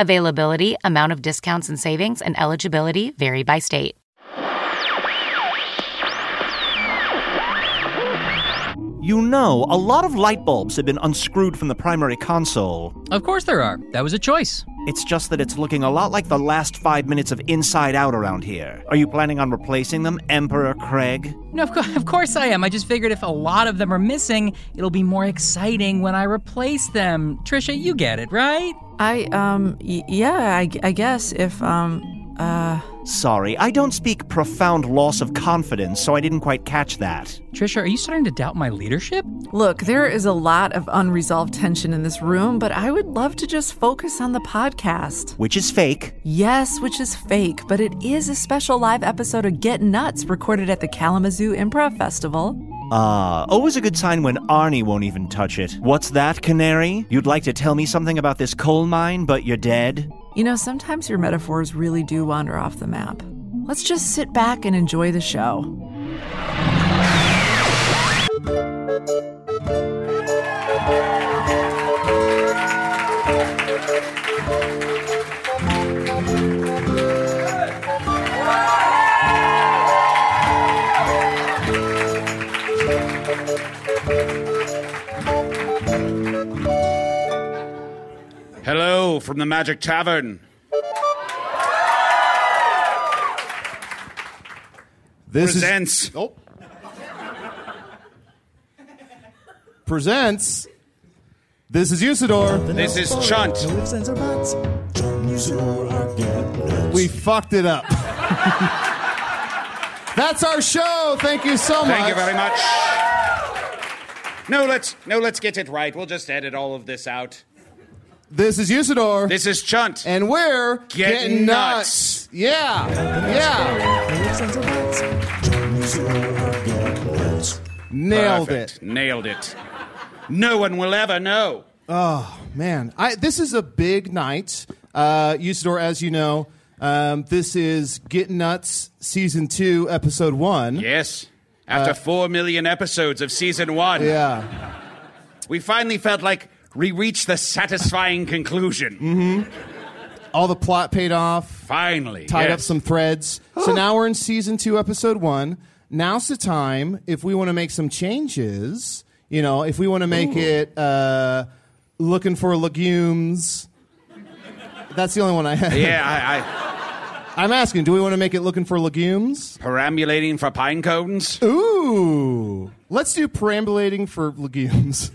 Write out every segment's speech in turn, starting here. Availability, amount of discounts and savings, and eligibility vary by state. You know, a lot of light bulbs have been unscrewed from the primary console. Of course there are. That was a choice. It's just that it's looking a lot like the last five minutes of Inside Out around here. Are you planning on replacing them, Emperor Craig? No, of, co- of course I am. I just figured if a lot of them are missing, it'll be more exciting when I replace them. Trisha, you get it, right? I um y- yeah, I, I guess if um uh Sorry, I don't speak profound loss of confidence, so I didn't quite catch that. Trisha, are you starting to doubt my leadership? look, there is a lot of unresolved tension in this room, but I would love to just focus on the podcast. Which is fake. Yes, which is fake, but it is a special live episode of Get Nuts recorded at the Kalamazoo Improv Festival. Ah, always a good sign when Arnie won't even touch it. What's that, Canary? You'd like to tell me something about this coal mine, but you're dead? You know, sometimes your metaphors really do wander off the map. Let's just sit back and enjoy the show. Hello from the Magic Tavern. This Presents. is oh. presents. This is Usador. This is Chunt. We fucked it up. That's our show. Thank you so much. Thank you very much. No, let's no, let's get it right. We'll just edit all of this out. This is Usador. This is Chunt. and we're getting, nuts. nuts. Yeah, yeah. Nailed Perfect. it. Nailed it. No one will ever know. Oh, Man, I, this is a big night. Uh, Usador, as you know, um, this is Get Nuts Season 2, Episode 1. Yes. After four million episodes of season one, Uh, Yeah. we finally felt like we reached the satisfying conclusion. Mm-hmm. All the plot paid off, Finally. tied up yes. some threads. so now we're in Season 2, Episode 1. Now's the time, if we want to make some changes, you know, if we want to make it uh, looking for legumes. That's the only one I have. Yeah, I'm asking, do we want to make it looking for legumes? I, I perambulating for pine cones. Ooh. Let's do perambulating for legumes.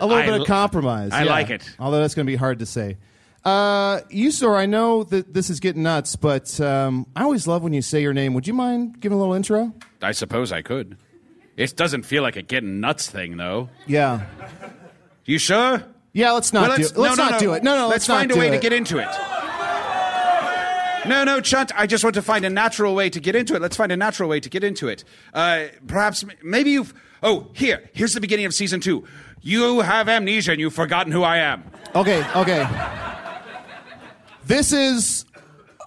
A little I bit l- of compromise. I yeah. like it. Although that's going to be hard to say. Uh, Usor, I know that this is getting nuts, but um, I always love when you say your name. Would you mind giving a little intro? I suppose I could. It doesn't feel like a getting nuts thing, though. Yeah. You sure? Yeah, let's not Well, do let's- it. Let's no, no, not do it. No, no, let's, not find a do way to it. get into it. No, no, Chunt. I just want to find a natural way to get into it. Let's find a natural way to get into it. Uh, perhaps, maybe you've. Oh, here. Here's the beginning of season two. You have amnesia and you've forgotten who I am. Okay, okay. This is.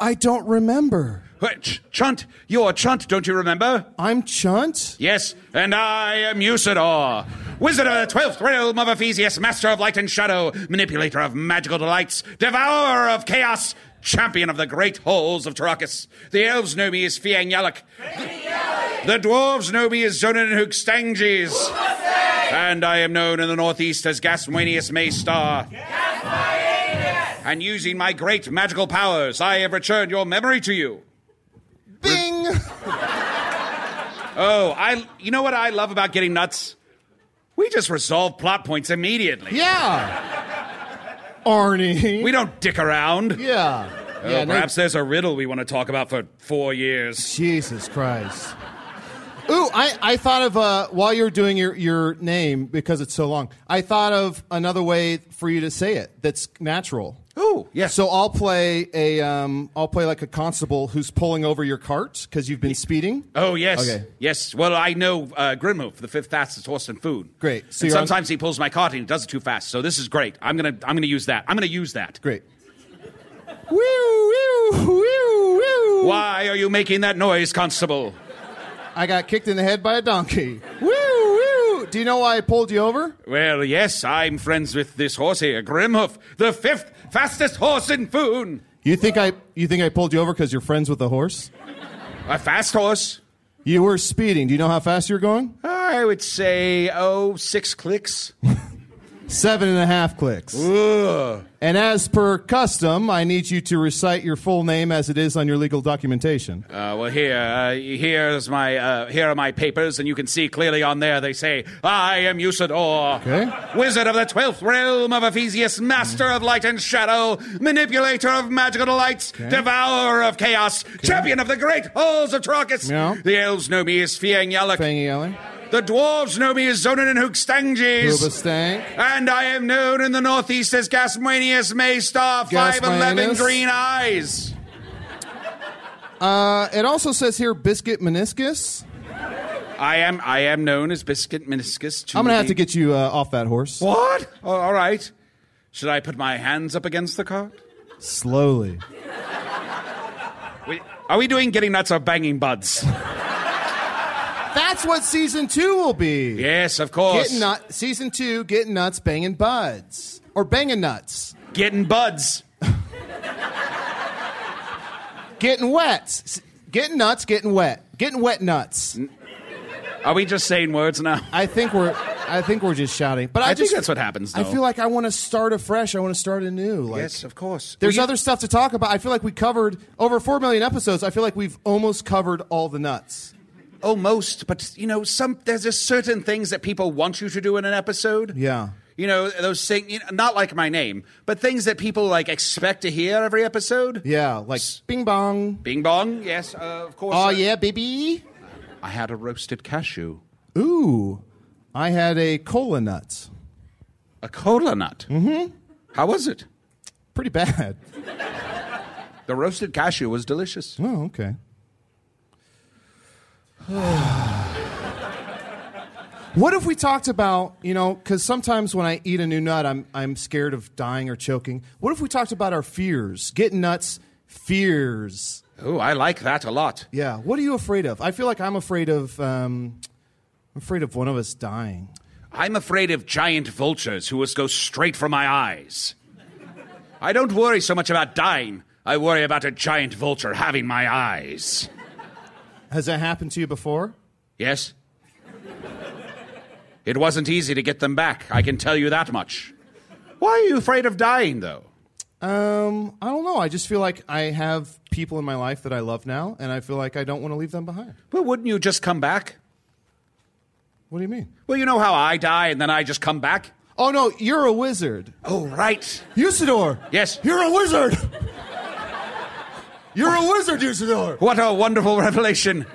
I don't remember. Wait, Ch- Chunt, you're Chunt, don't you remember? I'm Chunt? Yes, and I am Usador, wizard of the twelfth realm of Ephesius, master of light and shadow, manipulator of magical delights, devourer of chaos, champion of the great halls of Tarakas. The elves know me as Fiang Yalak. The dwarves know me as Zonin Hookstanges. And I am known in the northeast as Gaswanius Maystar. And using my great magical powers, I have returned your memory to you. Bing! Oh, I you know what I love about getting nuts? We just resolve plot points immediately. Yeah! Arnie. We don't dick around. yeah. Oh, yeah, no- perhaps there's a riddle we want to talk about for four years. Jesus Christ. Ooh, I, I thought of uh, while you're doing your, your name because it's so long. I thought of another way for you to say it that's natural. Ooh, yes. So I'll play a um, I'll play like a constable who's pulling over your cart because you've been speeding. Oh yes, Okay. yes. Well, I know uh, Grimhoof, the fifth fastest horse in food. Great. So and you're on- sometimes he pulls my cart and he does it too fast. So this is great. I'm gonna, I'm gonna use that. I'm gonna use that. Great. Woo woo woo woo. Why are you making that noise, Constable? I got kicked in the head by a donkey. Woo woo. Do you know why I pulled you over? Well, yes, I'm friends with this horse here, Grimhoof, the fifth fastest horse in Foon. You think I you think I pulled you over because you're friends with the horse? A fast horse. You were speeding. Do you know how fast you're going? I would say, oh, six clicks. Seven and a half clicks. And as per custom, I need you to recite your full name as it is on your legal documentation. Uh, well, here, uh, here's my, uh, here are my papers, and you can see clearly on there they say, I am Usador, Okay. wizard of the twelfth realm of Ephesius, master of light and shadow, manipulator of magical lights, devourer of chaos, champion of the great halls of Trachis. Yeah. The elves know me as Fiang Yalak. Fangy Allen. The dwarves know me as Zonin and Booba Hookstanges. Stank. And I am known in the Northeast as Gasmanius Maystar, 5'11 Gasmanius. green eyes. Uh, it also says here biscuit meniscus. I am I am known as Biscuit Meniscus. To I'm gonna have the- to get you uh, off that horse what? Oh, all right. Should I put my hands up against the cart? slowly. We- Are we doing getting nuts or banging buds? That's what season two will be. yes, of course. Getting nut season two, getting nuts, banging buds or banging nuts, Getting buds. getting wet, S- getting nuts, getting wet, getting wet nuts. Are we just saying words now? I think we're. I think we're just shouting, but I, I think just, that's what happens, I though. feel like I want to start afresh. I want to start anew. Like, yes, of course. There's Will you- other stuff to talk about. I feel like we covered over four million episodes. I feel like we've almost covered all the nuts. oh, most, but you know, some there's just certain things that people want you to do in an episode. Yeah. You know, those things, you know, not like my name, but things that people like expect to hear every episode. Yeah, like bing bong. Bing bong, yes, uh, of course. Oh Uh, yeah, baby. I had a roasted cashew. Ooh, I had a cola nut. A cola nut. Mm-hmm. How was it? Pretty bad. The roasted cashew was delicious. Oh, okay. what if we talked about, you know, because sometimes when I eat a new nut, I'm, I'm scared of dying or choking. What if we talked about our fears? Getting nuts, fears. Oh, I like that a lot. Yeah. What are you afraid of? I feel like I'm afraid of, um, I'm afraid of one of us dying. I'm afraid of giant vultures who just go straight for my eyes. I don't worry so much about dying. I worry about a giant vulture having my eyes. Has that happened to you before? Yes? It wasn't easy to get them back, I can tell you that much. Why are you afraid of dying, though? Um, I don't know. I just feel like I have people in my life that I love now, and I feel like I don't want to leave them behind. Well, wouldn't you just come back? What do you mean? Well, you know how I die and then I just come back? Oh no, you're a wizard. Oh, right. Usador. Yes. You're a wizard. You're a wizard, Usador. What a wonderful revelation!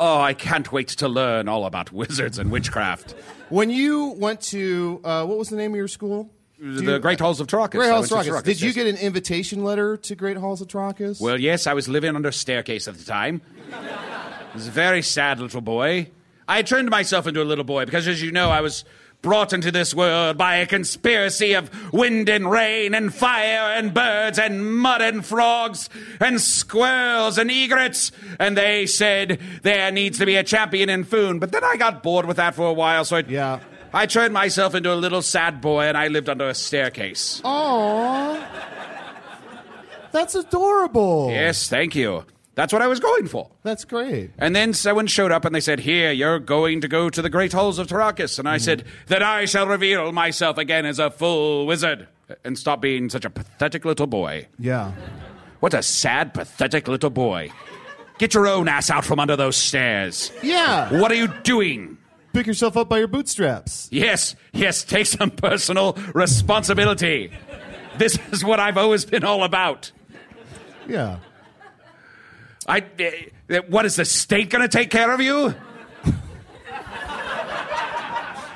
Oh, I can't wait to learn all about wizards and witchcraft. When you went to uh, what was the name of your school? Do the you- Great Halls of Tarakas. Great I Halls of went to Trachis. Tarakas, Did you yes. get an invitation letter to Great Halls of Trachis? Well, yes, I was living under a staircase at the time. I was a very sad little boy. I had turned myself into a little boy because, as you know, I was brought into this world by a conspiracy of wind and rain and fire and birds and mud and frogs and squirrels and egrets. And they said there needs to be a champion in Foon. But then I got bored with that for a while, so I, Yeah. I turned myself into a little sad boy and I lived under a staircase. Aw. That's adorable. Yes, thank you. That's what I was going for. That's great. And then someone showed up and they said, Here, you're going to go to the great halls of Tarakas. And I said, Then I shall reveal myself again as a full wizard and stop being such a pathetic little boy. Yeah. What a sad, pathetic little boy. Get your own ass out from under those stairs. Yeah. What are you doing? Pick yourself up by your bootstraps. Yes, yes, take some personal responsibility. This is what I've always been all about. Yeah. I. eh, eh, what is the state going to take care of you?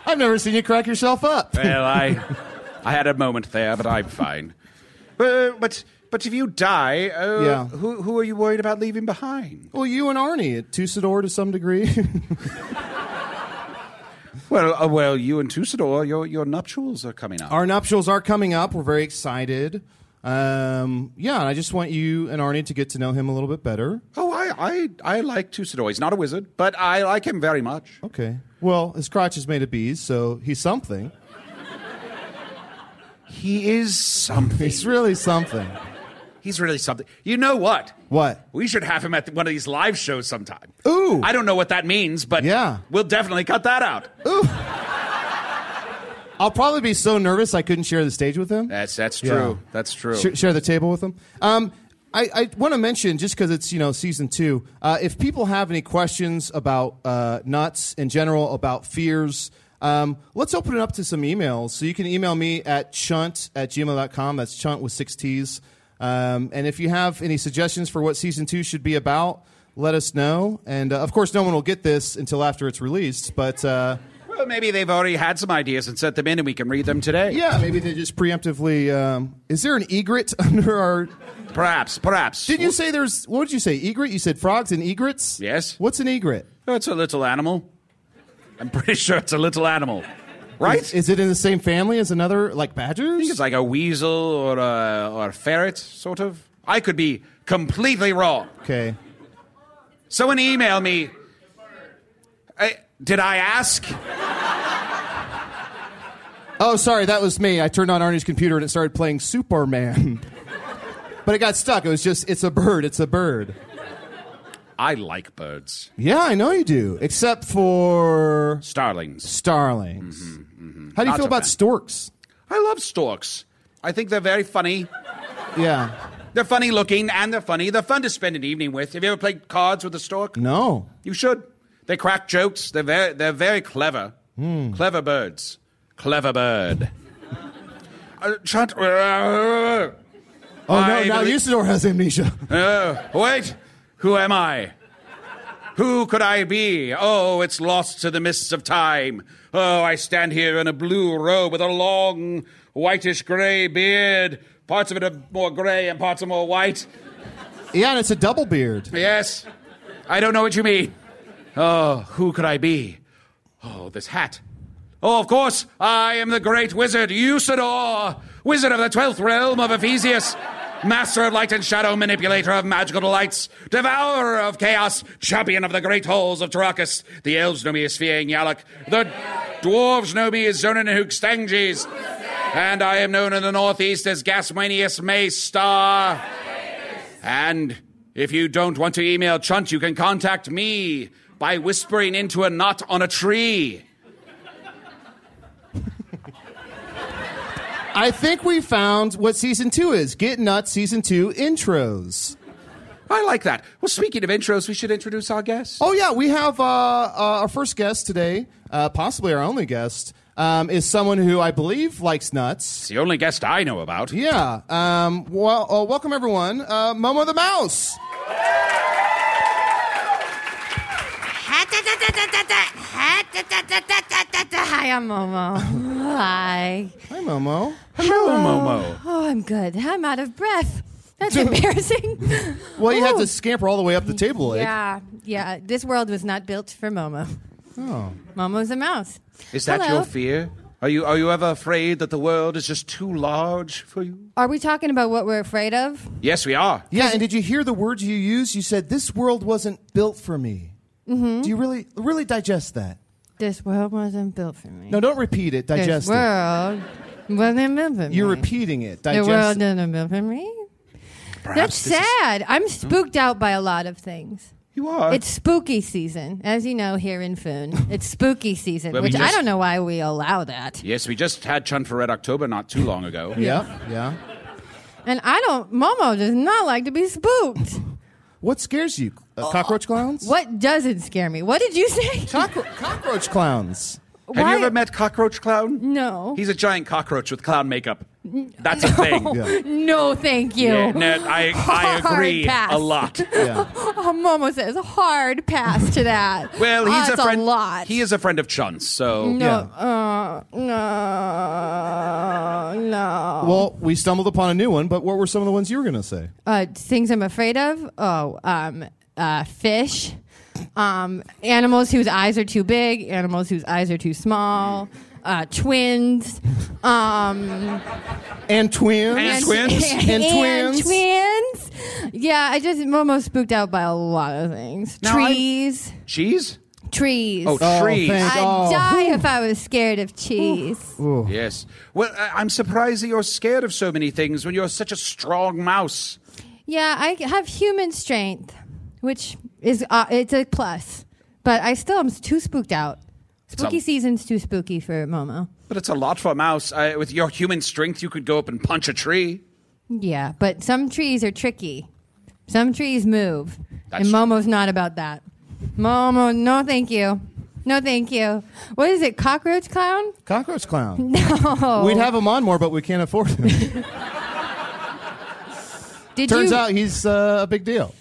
I've never seen you crack yourself up. Well, I, I had a moment there, but I'm fine. But but, but if you die, uh, Yeah. who who are you worried about leaving behind? Well, you and Arnie at Tusador to some degree. Well, uh, well, you and Tusador, your your nuptials are coming up. Our nuptials are coming up. We're very excited. Um, yeah, and I just want you and Arnie to get to know him a little bit better. oh, I, I I like Tusador. He's not a wizard, but I like him very much. Okay. Well, his crotch is made of bees, so he's something. He is something. He's really something. He's really something. You know what? What? We should have him at one of these live shows sometime. Ooh. I don't know what that means, but Yeah. we'll definitely cut that out. I'll probably be so nervous I couldn't share the stage with him. That's that's Yeah. true. That's true. Sh- share the table with them. Um, I, I want to mention just because it's you know season two. Uh, if people have any questions about uh, nuts in general, about fears, um, let's open it up to some emails. So you can email me at chunt at gmail.com. That's chunt with six T's. Um, and if you have any suggestions for what season two should be about, let us know. And uh, of course, no one will get this until after it's released. But uh, Well, maybe they've already had some ideas and sent them in, and we can read them today. yeah, maybe they just preemptively. Um, is there an egret under our Perhaps, perhaps. Did you say there's? What did you say? Egret? You said frogs and egrets. Yes. What's an egret? It's a little animal. I'm pretty sure it's a little animal, right? Is, is it in the same family as another like badgers? I think it's like a weasel or a or a ferret, sort of. I could be completely wrong. okay. Someone email me. I, did I ask? Oh, sorry, that was me. I turned on Arnie's computer and it started playing Superman, but it got stuck. It was just, it's a bird. It's a bird. I like birds, Yeah, I know you do, except for starlings. Mm-hmm, starlings. How do you Not feel a about fan. storks? I love storks. I think they're very funny. Yeah. They're funny looking and they're funny. They're fun to spend an evening with. Have you ever played cards with a stork? No. You should. They crack jokes. They're very, they're very clever. Hmm. Clever birds. Clever bird. uh, Chant. Oh, Oh no! Now Usador has amnesia. Uh, wait. Who am I? Who could I be? Oh, it's lost to the mists of time. Oh, I stand here in a blue robe with a long, whitish gray beard. Parts of it are more gray and parts are more white. yeah, and it's a double beard. Yes. I don't know what you mean. Oh, who could I be? Oh, this hat. Oh, of course, I am the great wizard, Usador, wizard of the twelfth realm of Ephesius, master of light and shadow, manipulator of magical delights, devourer of chaos, champion of the great halls of Tarakas. The elves know me as Fia and Yalak. The dwarves know me as Zonin and Hookstanges. And I am known in the northeast as Gasmanius Maystar. And if you don't want to email Chunt, you can contact me by whispering into a knot on a tree. I think we found what season two is. Get nuts, season two intros. I like that. Well, speaking of intros, we should introduce our guest. Oh yeah, we have uh, uh, our first guest today, uh, possibly our only guest, um, is someone who I believe likes nuts. It's the only guest I know about. Yeah. Um, well, uh, welcome everyone, uh, Momo the mouse. Hi, I'm Momo. Hi. Hi, Momo. Hello, Momo. Oh, I'm good. I'm out of breath. That's embarrassing. Well, you had Ooh. to scamper all the way up the table. Like. Yeah, yeah. This world was not built for Momo. Momo's a mouse. Oh. Is that Hello. your fear? Are you are you ever afraid that the world is just too large for you? Are we talking about what we're afraid of? Yes, we are. Yeah, and did you hear the words you used? You said this world wasn't built for me. Hmm? Do you really really digest that? Mm-hmm. This world wasn't built for me. No, don't repeat it. this Digest it. world wasn't built for me. You're repeating it. The world Digest. it. wasn't built for me. That's Perhaps this is- Hmm? sad. I'm spooked out by a lot of things. you are. It's spooky season, as you know here in Foon. It's spooky season, Well, we which I just- don't know why we allow that. yes, we just had Chun for Red October not too long ago. Yeah, yeah. And I don't. Momo does not like to be spooked. What scares you? Oh. Uh, cockroach clowns? What doesn't scare me? What did you say? Cockro- cockroach clowns. Have Why- you ever met Cockroach Clown? No. He's a giant cockroach with clown makeup. That's a thing. no, Oh, thank you. Yeah, no, I, I Hard agree pass. a lot. Oh, Momo says hard pass to that. Well, Oh, he's that's a friend. Oh. A lot. He is a friend of Chun's, so No, uh, no, no. Well, we stumbled upon a new one, but what were some of the ones you were going to say? Uh, things I'm afraid of. Oh, um, uh, fish, um, animals whose eyes are too big, animals whose eyes are too small, uh, twins, um, And twins. And twins? and, And twins. twins. Yeah, I just Momo spooked out by a lot of things. Now I'm- trees, cheese. trees. Oh, Oh, trees. thank- I'd Oh. die if I was scared of cheese. Yes. Well, I- I'm surprised that you're scared of so many things when you're such a strong mouse. Yeah, I have human strength, which is uh, it's a plus, but I still am too spooked out. Spooky a- season's too spooky for Momo. But it's a lot for a mouse. I, with your human strength, you could go up and punch a tree. Yeah, but some trees are tricky. Some trees move, That's and true. Momo's not about that. Momo, no, thank you. No, thank you. What is it, cockroach clown? Cockroach clown. No. We'd have him on more, but we can't afford him. Did Turns you out he's uh, a big deal.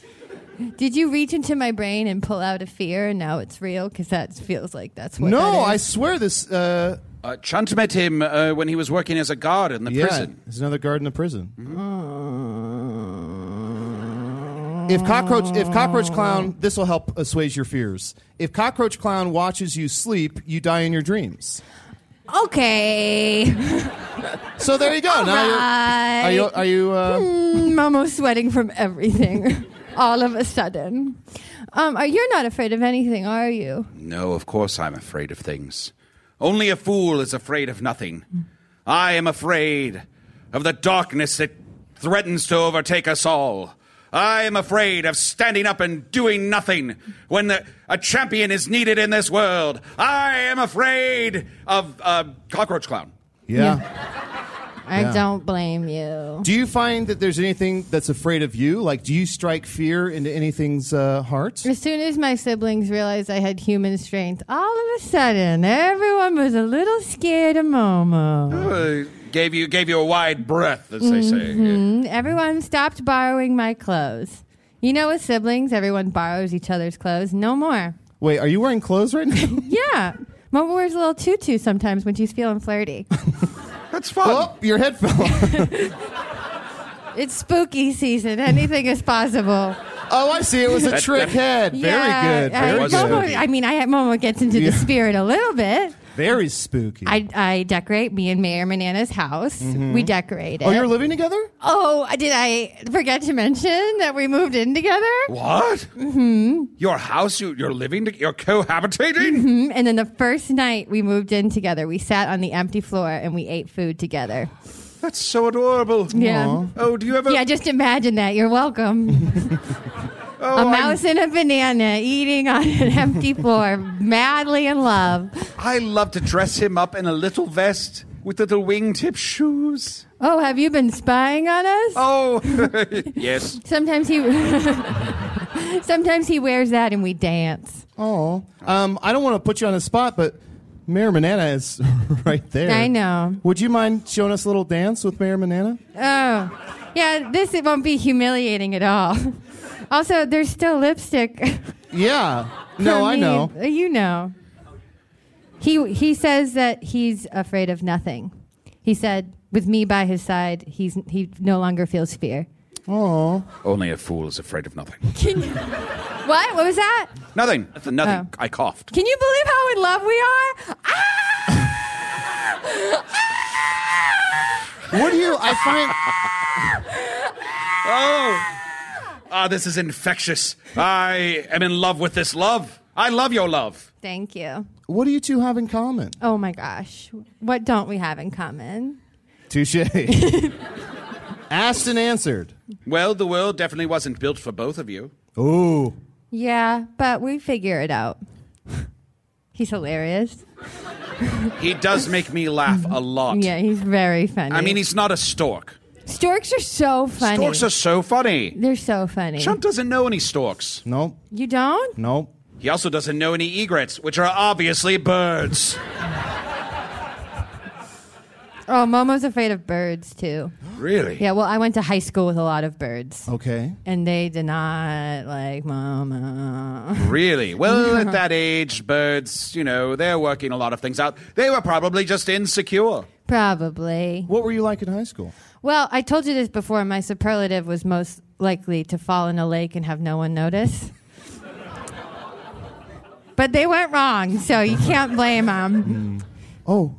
did you reach into my brain and pull out a fear, and now it's real? Because that feels like that's what. no, that I is. swear this. Uh, Uh, Chunt met him uh, when he was working as a guard in the yeah, prison. there's another guard in the prison. If cockroach, if cockroach clown, this will help assuage your fears. If cockroach clown watches you sleep, you die in your dreams. Okay. So there you go. now you're, are you? Are you? Uh, Momo's Mm, sweating from everything all of a sudden. Um, are, you're not afraid of anything, are you? No, of course I'm afraid of things. Only a fool is afraid of nothing. I am afraid of the darkness that threatens to overtake us all. I am afraid of standing up and doing nothing when the, a champion is needed in this world. I am afraid of uh, Cockroach Clown. yeah. I Yeah. don't blame you. Do you find that there's anything that's afraid of you? Like, do you strike fear into anything's uh, heart? As soon as my siblings realized I had human strength, all of a sudden everyone was a little scared of Momo. Uh, gave you gave you a wide breadth, as they say. Mm-hmm. Everyone stopped borrowing my clothes. You know, with siblings, everyone borrows each other's clothes. No more. Wait, are you wearing clothes right now? Yeah. Momo wears a little tutu sometimes when she's feeling flirty. That's fun. oh, your head fell off. it's spooky season. Anything is possible. Oh, I see. It was a That- that- trick head. Yeah, Very good. Very I, wasn't good. Momo- spooky. I mean, I Momo gets into Yeah. the spirit a little bit. Very spooky. I, I decorate me and Mayor Manana's house. We decorate it. oh, you're living together? Oh, did I forget to mention that we moved in together? What? Mm-hmm. Your house? You, you're living? to- You're cohabitating? Mm-hmm. And then the first night we moved in together, we sat on the empty floor and we ate food together. That's so adorable. Mm-hmm. Yeah. Aw. Oh, do you ever? Yeah, just imagine that. You're welcome. oh, A I'm- mouse and a banana eating on an empty floor, madly in love. I love to dress him up in a little vest with little wingtip shoes. Oh, have you been spying on us? Oh, yes. Sometimes he Sometimes he wears that and we dance. Oh. Um, I don't want to put you on the spot, but Mayor Manana is right there. I know. Would you mind showing us a little dance with Mayor Manana? Oh. Yeah, this it won't be humiliating at all. Also, there's still lipstick. Yeah. No, I mean, know. You know. He he says that he's afraid of nothing. He said with me by his side, he's he no longer feels fear. Only a fool is afraid of nothing. What? What was that? Nothing. Oh. Nothing. I coughed. Can you believe how in love we are? Ah! What do you? I find Oh. Ah, this is infectious. I am in love with this love. I love your love. Thank you. what do you two have in common? Oh my gosh. What don't we have in common? Touche. Asked and answered. Well, the world definitely wasn't built for both of you. Ooh. Yeah, but we figure it out. he's hilarious. He does make me laugh a lot. Yeah, he's very funny. I mean, he's not a stork. storks are so funny. Storks are so funny. They're so funny. Chump doesn't know any storks. Nope. you don't? Nope. He also doesn't know any egrets, which are obviously birds. Oh, Momo's afraid of birds too. Really? Yeah, well, I went to high school with a lot of birds. Okay. And they did not like Momo. Really? Well, at that age, birds, you know, they're working a lot of things out. They were probably just insecure. Probably. What were you like in high school? Well, I told you this before. My superlative was most likely to fall in a lake and have no one notice. but they went wrong, so you can't blame them. Oh,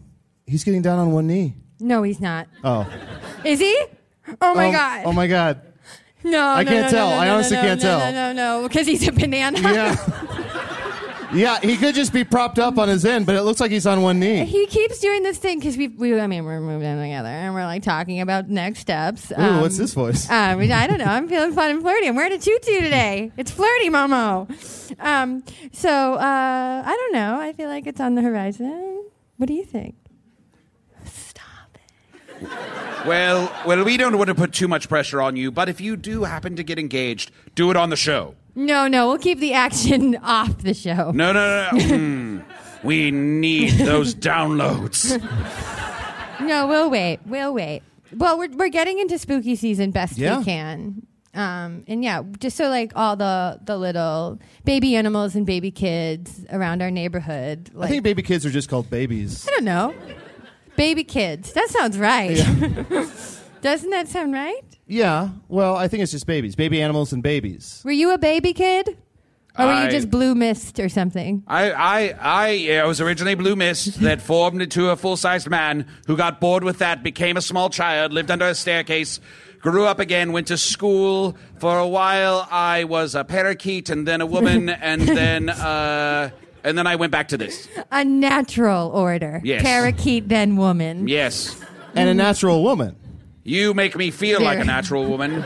he's getting down on one knee. No, he's not. Oh. Is he? Oh my god. Oh my god. no, I no, can't no, tell. no, no, I no, honestly no, can't no, tell. No, no, no, because he's a banana. Yeah. yeah, he could just be propped up on his end, but it looks like he's on one knee. He keeps doing this thing because we, we, I mean, we're moving in together and we're like talking about next steps. Ooh, what's this voice? Um, I don't know. I'm feeling fun and flirty. I'm wearing a tutu today. It's flirty, Momo. Um, so uh, I don't know. I feel like it's on the horizon. What do you think? Well, well, we don't want to put too much pressure on you, but if you do happen to get engaged, do it on the show. No, no. We'll keep the action off the show. No, no, no. no. Mm. We need those downloads. No, we'll wait. We'll wait. Well, we're we're getting into spooky season best Yeah. we can. Um, and yeah, just so like all the the little baby animals and baby kids around our neighborhood. I Like, think baby kids are just called babies. I don't know. baby kids. That sounds right. Doesn't that sound right? Yeah. Well, I think it's just babies. Baby animals and babies. Were you a baby kid? Or were I- you just blue mist or something? I, I, I, yeah, I was originally Blue Mist that formed into a full sized man who got bored with that, became a small child, lived under a staircase, grew up again, went to school. For a while, I was a parakeet and then a woman, and then, uh, and then I went back to this. A natural order. Yes. Parakeet then woman. Yes. And a natural woman. You make me feel like a natural woman.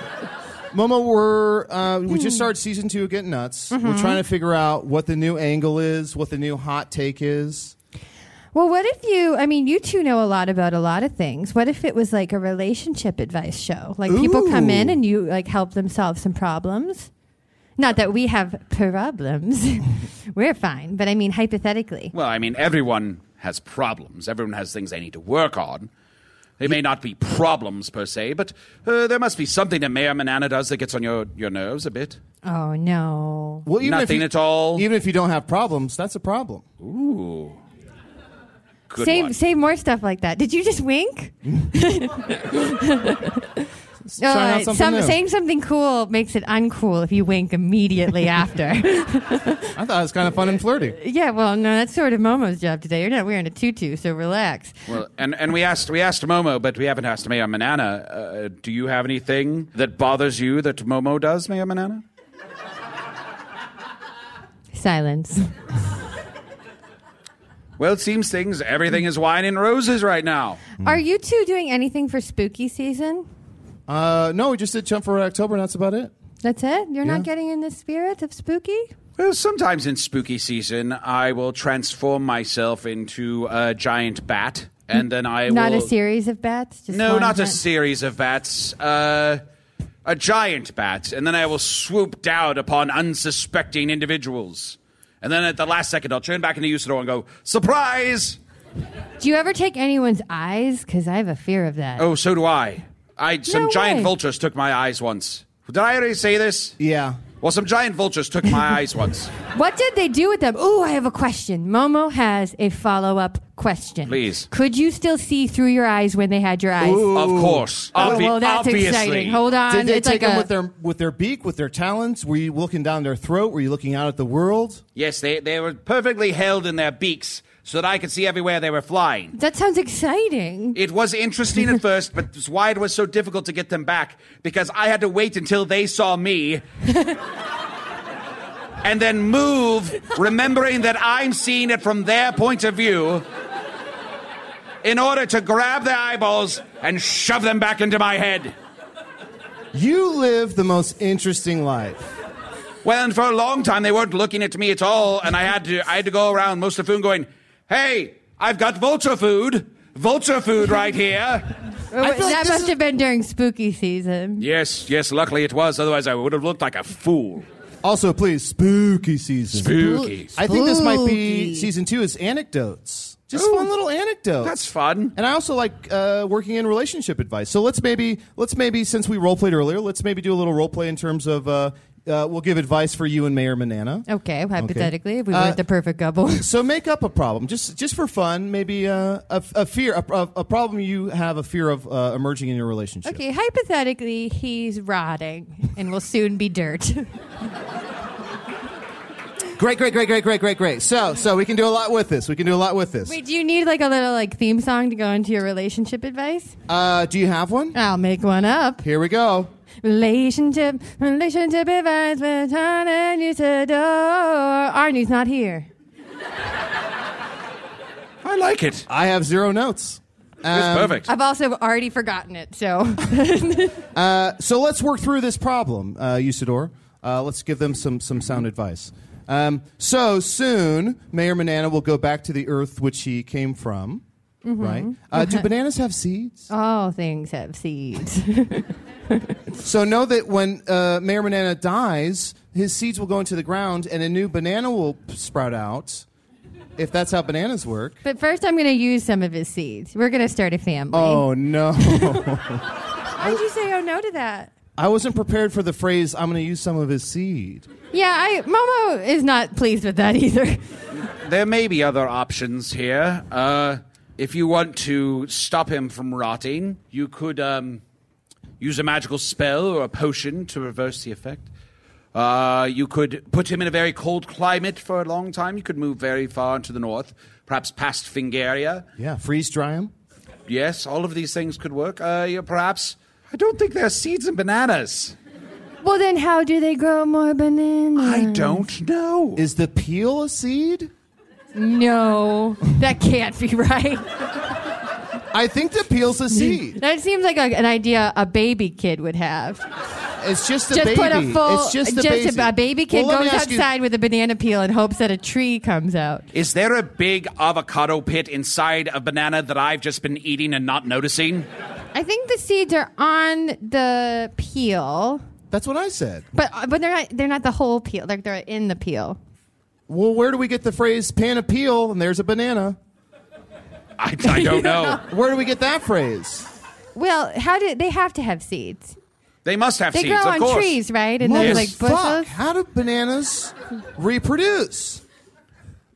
Momo, we're uh, we Hmm. just started season two of Get Nuts. Mm-hmm. We're trying to figure out what the new angle is, what the new hot take is. Well, what if you? I mean, you two know a lot about a lot of things. What if it was like a relationship advice show? Like people come in Ooh. and you like help them solve some problems. Not that we have problems, we're fine. But I mean, hypothetically, Well, I mean, everyone has problems. Everyone has things they need to work on. They may not be problems per se, but uh, there must be something that Mayor Manana does that gets on your, your nerves a bit. oh no, Well, even Nothing if you, at all. Even if you don't have problems, that's a problem. Good save one. save more stuff like that. Did you just wink? Trying out Uh, something some- new. saying something cool makes it uncool if you wink immediately after. I thought it was kind of fun and flirty. yeah, well, no, that's sort of Momo's job today. You're not wearing a tutu, so relax. Well, and, and we asked we asked Momo, but we haven't asked Mayor Manana. Uh, do you have anything that bothers you that Momo does, Mayor Manana? Silence. Well, it seems things everything is wine and roses right now. Are you two doing anything for spooky season? Uh, no, we just did Jump for October, and that's about it. That's it? You're Yeah. not getting in the spirit of spooky? Well, sometimes in spooky season, I will transform myself into a giant bat, and then I not will a series of bats? Just no, one not a hunt? series of bats, uh, a giant bat, and then I will swoop down upon unsuspecting individuals, and then at the last second, I'll turn back into Usador and go surprise. Do you ever take anyone's eyes? Because I have a fear of that. Oh, so do I. I some No giant way. vultures took my eyes once. Did I already say this? Yeah. Well, some giant vultures took my eyes once. What did they do with them? Ooh, I have a question. Momo has a follow up question. Please. Could you still see through your eyes when they had your eyes? Of course. Oh, Obvi- well, that's obviously. exciting. Hold on. Did they it's like take them a, with their with their beak, with their talons? Were you looking down their throat? Were you looking out at the world? Yes, they, they were perfectly held in their beaks so that I could see everywhere they were flying. That sounds exciting. It was interesting at first, but it's why it was so difficult to get them back because I had to wait until they saw me and then move, remembering that I'm seeing it from their point of view in order to grab their eyeballs and shove them back into my head. You live the most interesting life. Well, and for a long time they weren't looking at me at all, and I had to I had to go around most of food going, "Hey, I've got vulture food, vulture food right here." Oh, feel like that this must is- have been during spooky season. yes, yes. Luckily it was, otherwise I would have looked like a fool. Also, please, spooky season. Spooky. I think this might Spooky. be season two is anecdotes. Just Ooh. fun little anecdotes. That's fun. And I also like uh, working in relationship advice. So let's maybe let's maybe since we role played earlier, let's maybe do a little role play in terms of uh, uh, we'll give advice for you and Mayor Manana. Okay, hypothetically, if we Uh, weren't the perfect couple. So make up a problem just just for fun. Maybe uh, a, a fear, a, a, a problem you have a fear of uh, emerging in your relationship. okay, hypothetically, he's rotting and will soon be dirt. Great, great, great, great, great, great, great. So so we can do a lot with this. We can do a lot with this. Wait, do you need like a little like theme song to go into your relationship advice? Uh, do you have one? I'll make one up. Here we go. Relationship, relationship advice with John and Isidore. Arnie's not here. I like it. I have zero notes. Um, it's perfect. I've also already forgotten it, so uh, So let's work through this problem, uh, Usador. Uh, let's give them some, some sound advice. Um, so soon, Mayor Manana will go back to the earth which he came from. Mm-hmm. Right? Uh, do bananas have seeds? all things have seeds. So know that when uh, Mayor Manana dies, his seeds will go into the ground and a new banana will sprout out. If that's how bananas work. But first, I'm going to use some of his seeds. We're going to start a family. Oh no! Why would you say oh no to that? I wasn't prepared for the phrase. I'm going to use some of his seed. Yeah, I Momo is not pleased with that either. there may be other options here. Uh, if you want to stop him from rotting, you could um, use a magical spell or a potion to reverse the effect. Uh, you could put him in a very cold climate for a long time. You could move very far into the north, perhaps past Fingaria. Yeah, freeze dry him. Yes, all of these things could work. Uh, you perhaps. I don't think there are seeds in bananas. Well, then how do they grow more bananas? I don't know. Is the peel a seed? No, that can't be right. I think the peel's a seed. That seems like a, an idea a baby kid would have. It's just a just baby. put a full, it's just a baby. a, baby kid Well, let me goes ask you- outside with a banana peel and hopes that a tree comes out. Is there a big avocado pit inside a banana that I've just been eating and not noticing? I think the seeds are on the peel, That's what I said. but uh, but they're not they're not the whole peel. Like they're in the peel. Well, where do we get the phrase "pan a peel" and there's a banana? I, I don't know. Where do we get that phrase? Well, how do they have to have seeds? They must have They seeds, grow of on course. trees, right? And Yes. then like Fuck! bushes. How do bananas reproduce?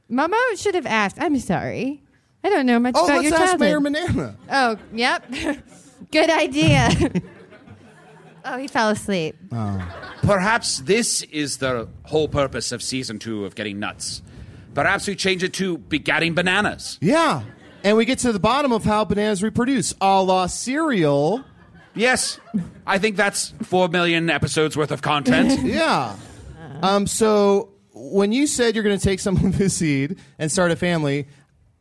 Mama should have asked. I'm sorry. I don't know much Oh, about let's your ask childhood. Mayor Banana. oh, yep. Good idea. oh, he fell asleep. Um, Perhaps this is the whole purpose of season two of Getting Nuts. Perhaps we change it to Begatting Bananas. Yeah, and we get to the bottom of how bananas reproduce, a la cereal. Yes, I think that's four million episodes worth of content. Yeah. Um. So when you said you're going to take some of his seed and start a family,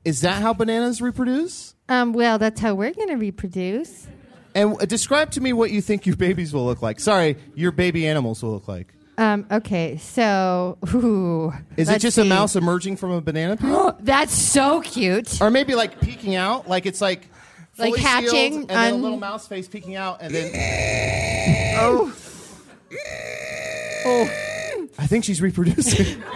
is that how bananas reproduce? Um, well, that's how we're going to reproduce. And uh, describe to me what you think your babies will look like. Sorry, your baby animals will look like. Um, okay, so ooh, Is let's it just a see. mouse emerging from a banana peel? That's so cute. or maybe like peeking out? Like it's like. Like fully sealed, hatching And then a on- little mouse face peeking out. And then. oh. I think she's reproducing.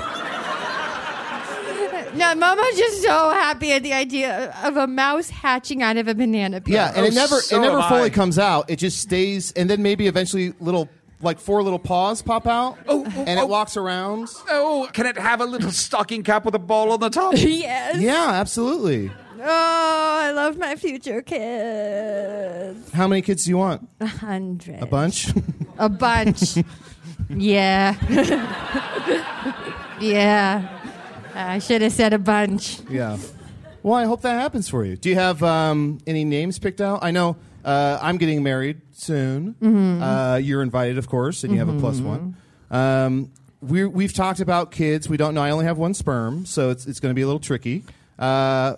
No, Mama's just so happy at the idea of a mouse hatching out of a banana peel. Yeah, and Oh, it never so it never am fully I. comes out. It just stays, and then maybe eventually little like four little paws pop out, Oh, oh, and oh. it walks around. Oh, can it have a little stocking cap with a ball on the top? Yes. Yeah, absolutely. Oh, I love my future kids. How many kids do you want? A hundred. A bunch. A bunch. yeah. yeah. I should have said a bunch. yeah. Well, I hope that happens for you. Do you have um, any names picked out? I know uh, I'm getting married soon. Mm-hmm. Uh, you're invited, of course, and you have a plus one. Um, we're, we've talked about kids. We don't know. I only have one sperm, so it's, it's going to be a little tricky. Uh,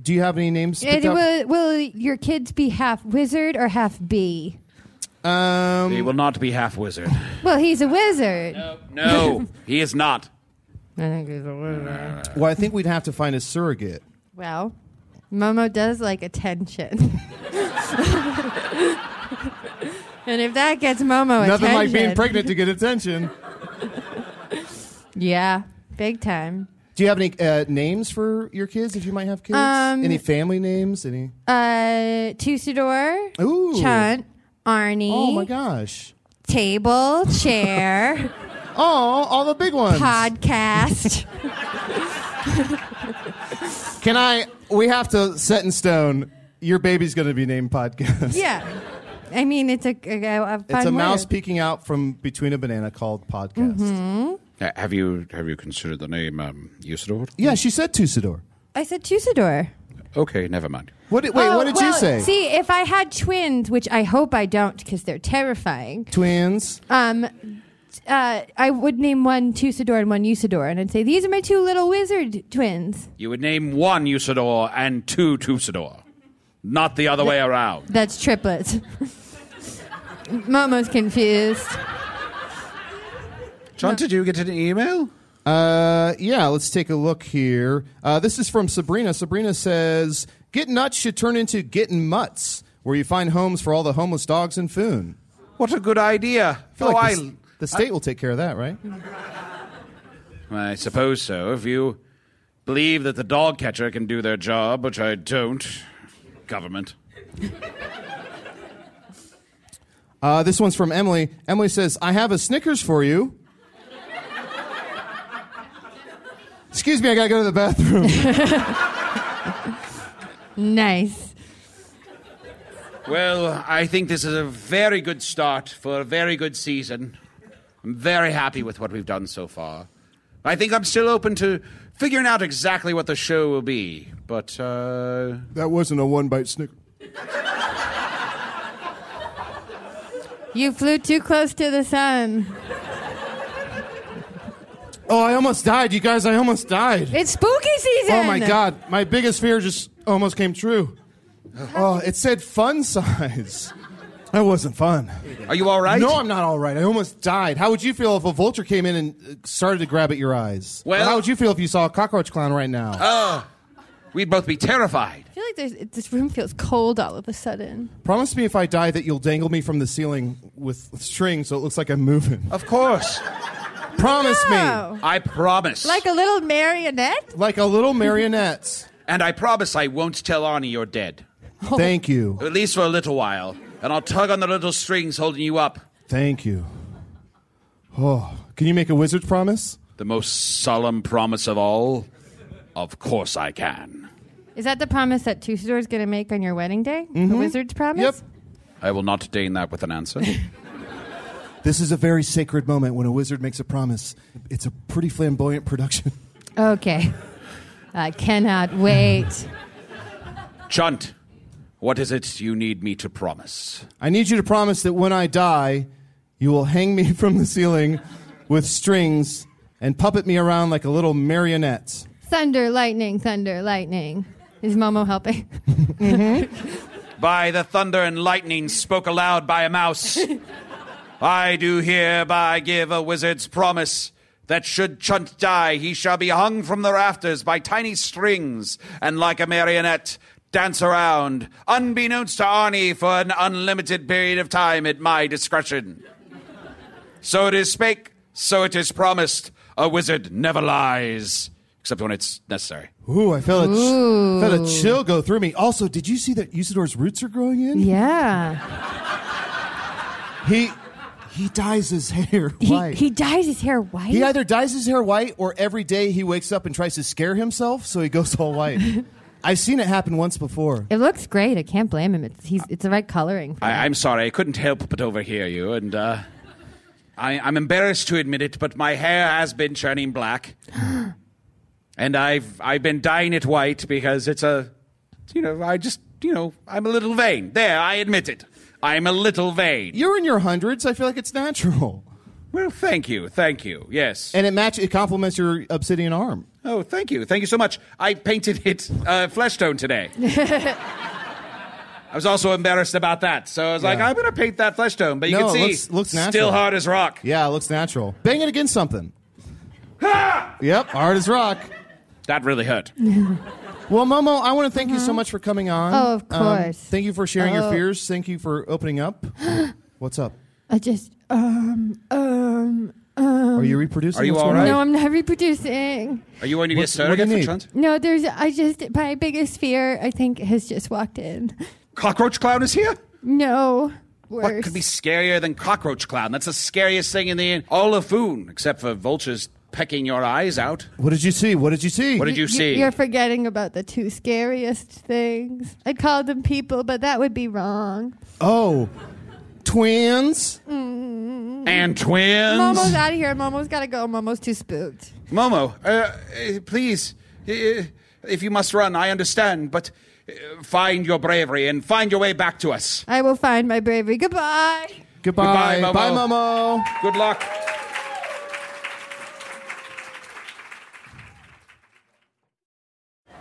do you have any names? And Picked out? will, will your kids be half wizard or half bee? Um, He will not be half wizard. Well, he's a wizard. No, he is not. I think he's a wizard. well, I think we'd have to find a surrogate. Well, Momo does like attention. and if that gets Momo Nothing attention. like being pregnant to get attention. Yeah, big time. Do you have any uh, names for your kids if you might have kids? Um, any family names? Any? Uh, Tusador, Ooh. Chunt, Arnie, Oh my gosh. table, chair, Oh, all the big ones. podcast. Can I? We have to set in stone. Your baby's going to be named podcast. yeah. I mean, it's a, a, a fun It's a mouse word. peeking out from between a banana called podcast. Mm-hmm. Uh, have you have you considered the name um, Usador? Yeah, she said Tusador. I said Tusador. Okay, never mind. What? Did, wait, Oh, what did you well, say? See, if I had twins, which I hope I don't because they're terrifying, Twins. um, uh, I would name one Tusador and one Usador, and I'd say, these are my two little wizard twins. You would name one Usador and two Tusador, not the other way around. That's triplets. Momo's confused. John, did you get an email? Uh, yeah, let's take a look here. Uh, this is from Sabrina. Sabrina says, "Get nuts should turn into getting mutts, where you find homes for all the homeless dogs in Foon." What a good idea! I feel oh, like I- the, s- the state will take care of that, right? I suppose so. If you believe that the dog catcher can do their job, which I don't, government. Uh, this one's from Emily. Emily says, I have a Snickers for you. Excuse me, I gotta go to the bathroom. Nice. Well, I think this is a very good start for a very good season. I'm very happy with what we've done so far. I think I'm still open to figuring out exactly what the show will be, but uh, that wasn't a one bite Snicker. You flew too close to the sun. Oh, I almost died, you guys. I almost died. It's spooky season. Oh my God. My biggest fear just almost came true. Oh, it said fun size. That wasn't fun. are you all right? No, I'm not all right. I almost died. How would you feel if a vulture came in and uh, started to grab at your eyes? Well- how would you feel if you saw a cockroach clown right now? Ah, We'd both be terrified. I feel like there's, this room feels cold all of a sudden. Promise me if I die that you'll dangle me from the ceiling with string so it looks like I'm moving. Of course. Promise No. me. I promise. Like a little marionette? Like a little marionette. and I promise I won't tell Arnie you're dead. Thank you. At least for a little while. And I'll tug on the little strings holding you up. Thank you. Oh, can you make a wizard's promise? The most solemn promise of all? Of course I can. Is that the promise that Tusador is going to make on your wedding day? Mm-hmm. The wizard's promise? Yep. I will not deign that with an answer. This is a very sacred moment when a wizard makes a promise. It's a pretty flamboyant production. Okay. I cannot wait. Chunt, what is it you need me to promise? I need you to promise that when I die, you will hang me from the ceiling with strings and puppet me around like a little marionette. thunder, lightning, thunder, lightning. Is Momo helping? Mm-hmm. By the thunder and lightning spoke aloud by a mouse, I do hereby give a wizard's promise that should Chunt die, he shall be hung from the rafters by tiny strings and like a marionette dance around, unbeknownst to Arnie, for an unlimited period of time at my discretion. So it is spake, so it is promised. A wizard never lies, except when it's necessary. Ooh, I felt a, ch- felt a chill go through me. Also, did you see that Usador's roots are growing in? yeah. He He dyes his hair He, white. he dyes his hair white. He either dyes his hair white or every day he wakes up and tries to scare himself, so he goes all white. I've seen it happen once before. it looks great. I can't blame him. It's he's it's the right coloring. I, I'm sorry, I couldn't help but overhear you, and uh, I, I'm embarrassed to admit it, but my hair has been turning black, and I've I've been dyeing it white because it's a, you know, I just you know I'm a little vain. There, I admit it. I'm a little vain. You're in your hundreds. I feel like it's natural, Well, thank you, thank you. Yes. and it match it complements your obsidian arm. Oh, thank you. Thank you so much. I painted it uh, flesh tone today. I was also embarrassed about that. So I was like, Yeah. I'm going to paint that flesh tone. But you No, can it see, looks- looks natural. still hard as rock. Yeah, it looks natural. Bang it against something. yep, hard as rock. That really hurt. Well, Momo, I want to thank you so much for coming on. Uh-huh. Oh, of Um, course. thank you for sharing your Oh. fears. Thank you for opening up. What's up? I just um um um. Are you reproducing? Are you What's all going right? on? No, I'm not reproducing. Are you going to get What- what do you surrogate for need? Trent? No, there's. I just my biggest fear. I think has just walked in. Cockroach Clown is here? No, What worse. could be scarier than Cockroach Clown? That's the scariest thing in the all of Foon, except for vultures pecking your eyes out. What did you see? What did you see? What did you, see? You're forgetting about the two scariest things. I called them people, but that would be wrong. oh, twins. and twins? Momo's out of here. Momo's got to go. Momo's too spooked. Momo, uh, uh, please, uh, if you must run, I understand, but uh, find your bravery and find your way back to us. I will find my bravery. Goodbye. Goodbye, Goodbye, Momo. Bye, Momo. Good luck.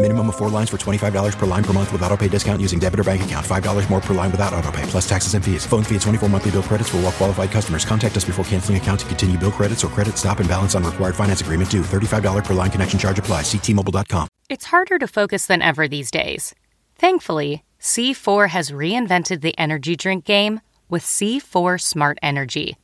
Minimum of four lines for $25 per line per month with auto pay discount using debit or bank account. $5 more per line without auto pay, plus taxes and fees. Phone fee at 24 monthly bill credits for all qualified customers. Contact us before canceling account to continue bill credits or credit stop and balance on required finance agreement due. $35 per line connection charge applies. Ctmobile.com. It's harder to focus than ever these days. Thankfully, C4 has reinvented the energy drink game with C4 Smart Energy,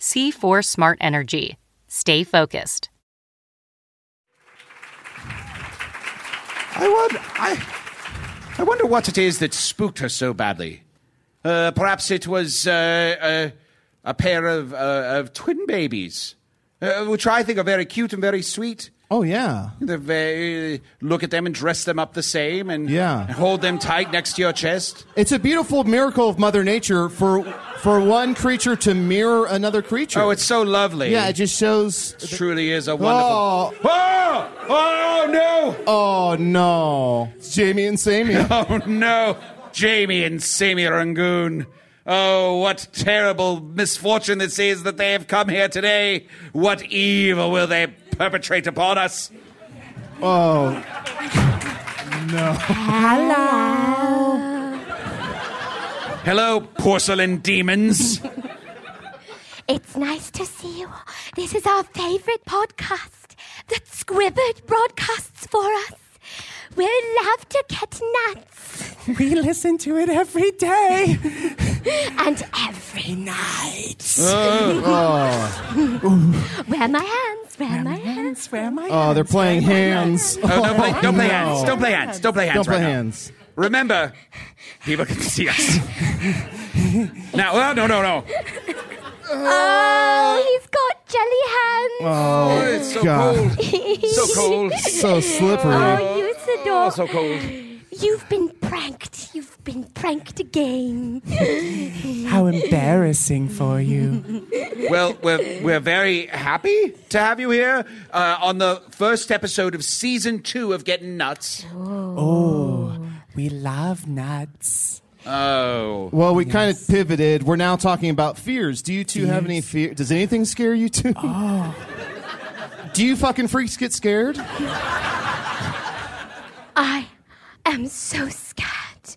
C4 Smart Energy. Stay focused. I wonder, I, I wonder what it is that spooked her so badly. Uh, perhaps it was uh, a, a pair of, uh, of twin babies, uh, which I think are very cute and very sweet. Oh yeah. They're very, uh, look at them and dress them up the same and, Yeah. and hold them tight next to your chest. It's a beautiful miracle of Mother Nature for for one creature to mirror another creature. Oh, it's so lovely. yeah, it just shows. It truly is a wonderful. Oh, oh, no! Oh no, it's Jamie and Sammy. Oh no! Jamie and Sammy Rangoon. Oh, what terrible misfortune this is that they have come here today. What evil will they perpetrate upon us? Oh. No. Hello. Hello, porcelain demons. It's nice to see you. This is our favorite podcast that Squibbert broadcasts for us. We love to get nuts. We listen to it every day. and every night. Oh, Where my hands, where, my hands, where my Oh, they're playing hands. Oh, don't play, don't play No. hands. Don't play hands. Don't play hands. Don't play right now. hands. Remember, people can see us. now, well, no, no, no. Oh, he's got jelly hands. Oh, Oh, it's so God. cold. So cold. so slippery. Oh, you Oh, Isidore. so cold. You've been pranked. You've been pranked again. How embarrassing for you. Well, we're, we're very happy to have you here uh, on the first episode of Oh, season two of Getting Nuts. We love nuts. Oh. Well, we kind of pivoted. We're now talking about fears. Do you two have any fear? Does anything scare you two? Oh. Do you fucking freaks get scared? I am so scared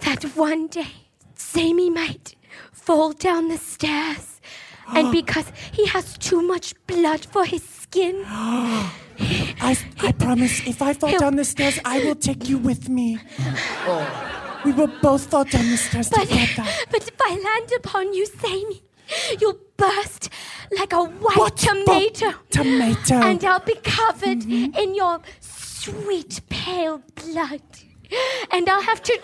that one day Sammy might fall down the stairs. And because he has too much blood for his skin, I, I promise, if I fall down the stairs, I will take you with me. Oh. We will both fall down the stairs together. but if I land upon you, Sammy, you'll burst like a white tomato. tomato. Mm-hmm. And I'll be covered in your sweet pale blood. And I'll have to.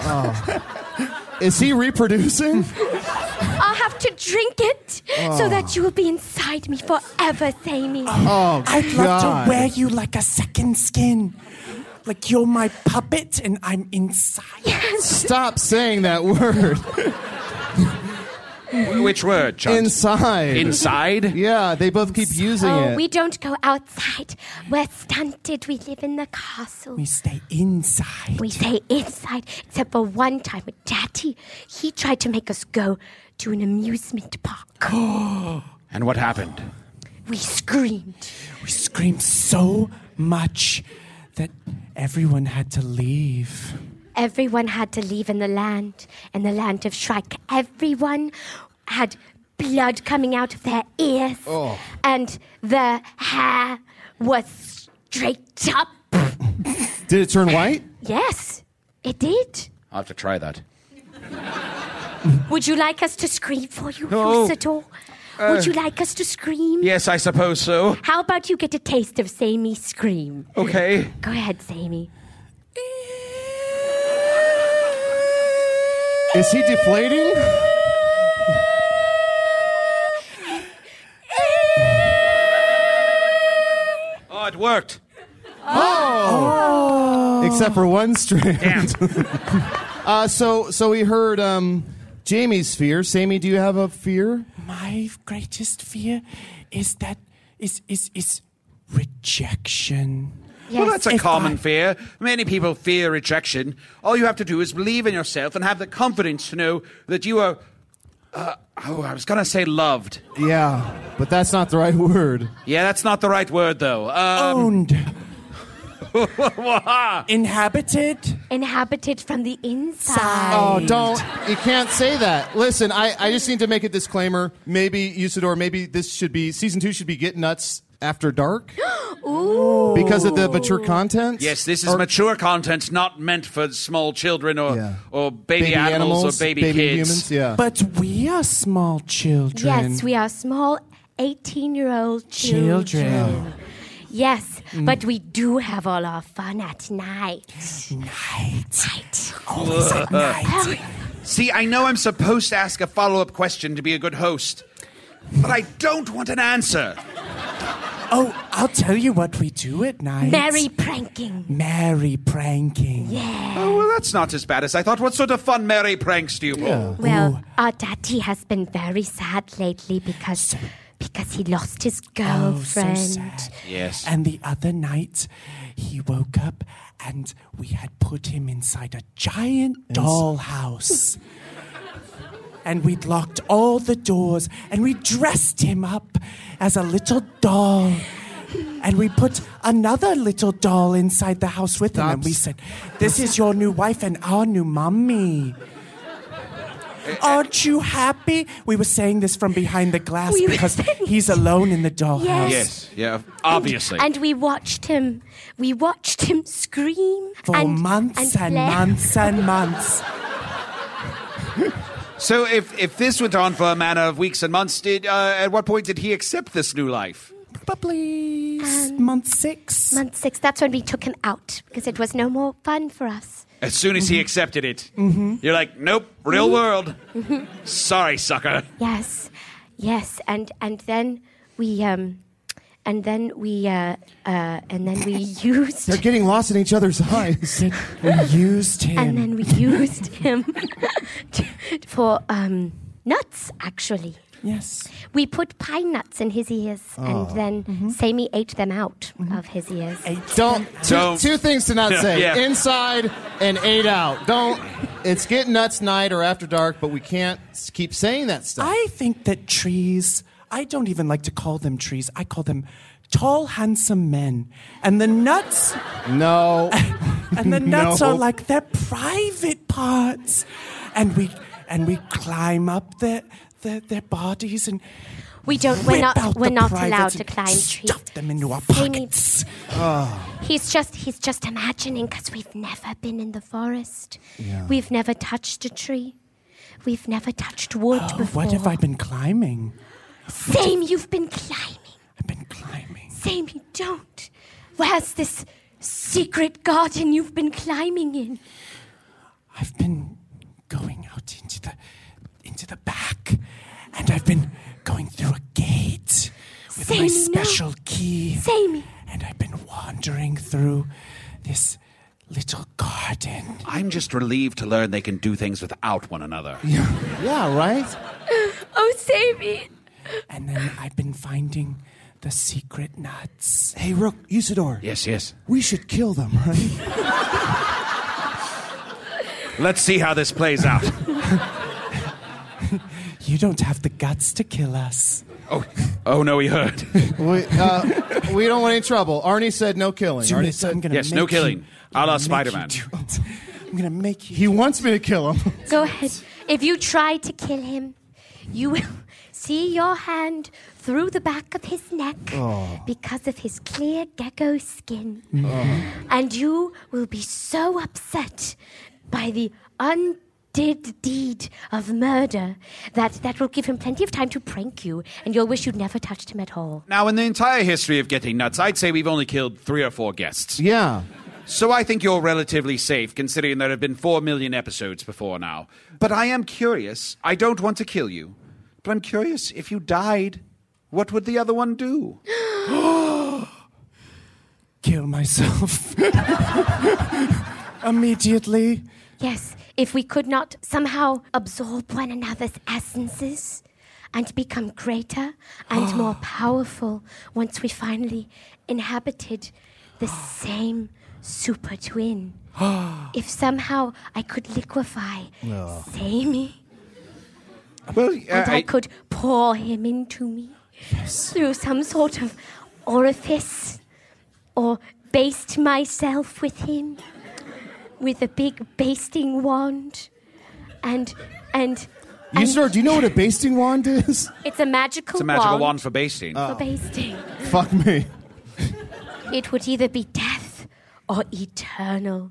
Oh. Is he reproducing? I'll have to drink it so Oh. that you will be inside me forever, Sammy. Oh, I'd love to wear you like a second skin. Like you're my puppet and I'm inside. Stop saying that word. Wh- Which word, Chunt? Inside. Inside? Yeah, they both keep using oh, it. we don't go outside. We're stunted. We live in the castle. We stay inside. We stay inside, except for one time with Daddy. He tried to make us go to an amusement park. Oh. And what happened? we screamed. We screamed so much that everyone had to leave. Everyone had to leave in the land, in the land of Shrike. Everyone had blood coming out of their ears, Oh. and their hair was straight up. Did it turn white? Yes, it did. I'll have to try that. Would you like us to scream for you, No. Usador? Uh, Would you like us to scream? Yes, I suppose so. How about you get a taste of Sammy scream? Okay. Go ahead, Sammy. Is he deflating? Oh, it worked. Oh. Except for one strand. uh, so, so we heard um, Jamie's fear. Sammy, do you have a fear? My greatest fear is that is is is rejection. Well, that's a common fear. Many people fear rejection. All you have to do is believe in yourself and have the confidence to know that you are. Uh, oh, I was going to say loved. Yeah, but that's not the right word. Yeah, that's not the right word, though. Um, Owned. Inhabited? Inhabited from the inside. Oh, don't. You can't say that. Listen, I, I just need to make a disclaimer. Maybe, Usador, maybe this should be, season two should be Get Nuts After Dark. Ooh. Because of the mature content. Yes, this is mature content, not meant for small children or or baby, Baby animals, animals, or baby, baby kids. humans, yeah. But we are small children. Yes, we are small 18 year old children. children. Yes, Mm. but we do have all our fun at night. Night. Night. Ugh. See, I know I'm supposed to ask a follow up question to be a good host, but I don't want an answer. Oh, I'll tell you what we do at night. Merry pranking. Merry pranking. Yeah. Oh, well, that's not as bad as I thought. What sort of fun merry pranks do you pull? Well, our daddy has been very sad lately because because he lost his Oh, girlfriend. Yes. And the other night, he woke up and we had put him inside a giant dollhouse. and we'd locked all the doors and we dressed him up as a little doll. And we put another little doll inside the house with him and we said, This is your new wife and our new mummy. Aren't you happy? We were saying this from behind the glass We were because he's alone in the dollhouse. Yes, yeah, obviously. And we watched him. We watched him scream For and, months and, flare. months and months. so, if, if this went on for a matter of weeks and months, did uh, at what point did he accept this new life? Probably month six. Month six. That's when we took him out because it was no more fun for us. As soon as Mm-hmm. he accepted it, you're like, nope, real world. Sorry, sucker. Yes, yes, and and then we um, and then we uh, uh, and then we used. They're getting lost in each other's eyes. we used And then we used him to- for um, nuts, actually. Yes. We put pine nuts in his ears, Oh. Mm-hmm. and then Sammy ate them out of his ears. Don't. Two, Don't. two things to not say: Yeah. inside and eight out. Don't. It's get nuts night or after dark, but we can't s- keep saying that stuff. I think that trees, I don't even like to call them trees. I call them tall, handsome men. And the nuts. No. and the nuts No. are like their private parts. And we and we climb up their their, their bodies and We don't. We're rip not. out We're the not privates allowed to and climb trees. Stuff them into our Sammy- pockets. Ah. He's just. He's just imagining because we've never been in the forest. Yeah. We've never touched a tree. We've never touched wood Oh, before. what have I been climbing? Same, you've been climbing. I've been climbing. Same, you don't. Where's this secret garden you've been climbing in? I've been going out into the into the back, and I've been going through a gate with Sammy, my no. special key. Sammy. And I've been wandering through this little garden. I'm just relieved to learn they can do things without one another. Yeah, right? Oh, Sammy. And then I've been finding the secret nuts. Hey, Rook, Usador. Yes, yes. We should kill them, right? Let's see how this plays out. You don't have the guts to kill us. Oh, oh no, he heard. We, uh, we don't want any trouble. Arnie said no killing. Zoom Arnie is- said I'm gonna Yes, no killing. A la Spider Man. I'm gonna make you. He wants me to kill him. Go ahead. If you try to kill him, you will see your hand through the back of his neck Oh. because of his clear gecko skin. Mm-hmm. Oh. And you will be so upset by the undid deed of murder that that will give him plenty of time to prank you, and you'll wish you'd never touched him at all. Now, in the entire history of Getting Nuts, I'd say we've only killed three or four guests. Yeah. So I think you're relatively safe, considering there have been four million episodes before now. But I am curious. I don't want to kill you, but I'm curious if you died, what would the other one do? Kill myself immediately. Yes, if we could not somehow absorb one another's essences and become greater and more powerful once we finally inhabited the same super twin. if somehow I could liquefy No. Sammy Oh, Well, and uh, I, I- could pour him into me through some sort of orifice or baste myself with him with a big basting wand and and Usador, do you know what a basting wand is? Oh. it's a magical, It's a magical wand for basting. for basting. Fuck me. It would either be death or eternal.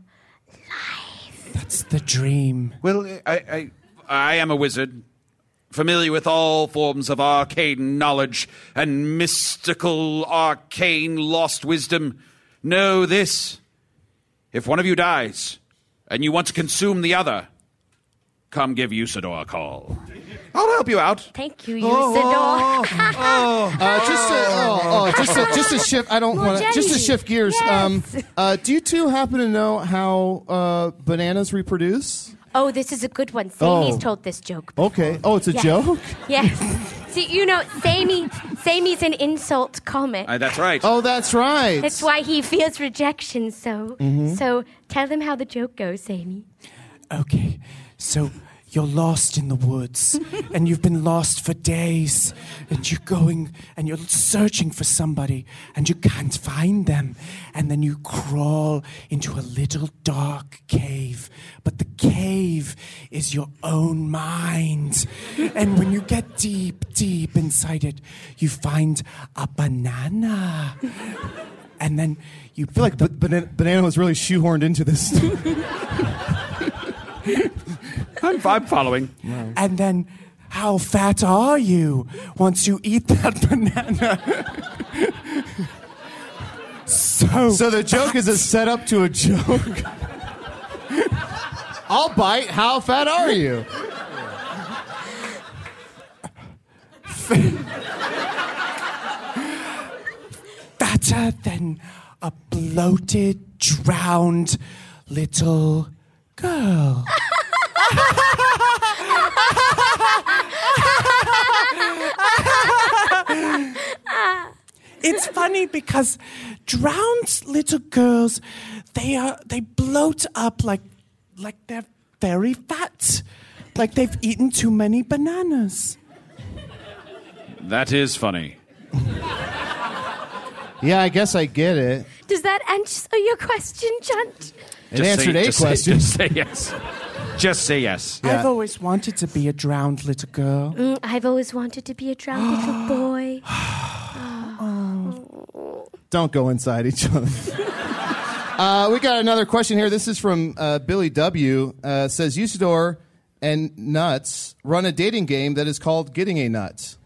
That's the dream. Well, I, I, I am a wizard, familiar with all forms of arcane knowledge and mystical, arcane, lost wisdom. Know this if one of you dies and you want to consume the other, come give Usador a call. I'll help you out. Thank you, Oh, Usador. Uh, just to, oh, oh, just to, just to shift. I don't More want to. Just to jelly. shift gears. Um, uh, do you two happen to know how uh, bananas reproduce? oh, this is a good one. Sammy's Oh. told this joke. Okay. Oh, it's a Yes. joke. Yes. See, you know, Sammy, Sammy's an insult comic. Uh, that's right. Oh, that's right. That's why he fears rejection. So, Mm-hmm. Mhm. so tell them how the joke goes, Sammy. Okay, so you're lost in the woods and you've been lost for days and you're going and you're searching for somebody and you can't find them and then you crawl into a little dark cave but the cave is your own mind and when you get deep deep inside it you find a banana and then you I feel like ba- banana, banana was really shoehorned into this. I'm, I'm following. And then, how fat are you once you eat that banana? so, so the joke is a setup to a joke. I'll bite. How fat are you? fatter than a bloated, drowned little girl. because drowned little girls, they are they bloat up like like they're very fat, like they've eaten too many bananas. That is funny. Yeah, I guess I get it. Does that answer your question, Chunt? It answered a question. just say yes. Just say yes. I've always wanted to be a drowned little girl. Mm, I've always wanted to be a drowned little boy. Don't go inside each other. uh, we got another question here. This is from uh, Billy W. Uh, says Usador and Nuts run a dating game that is called Getting a Nut.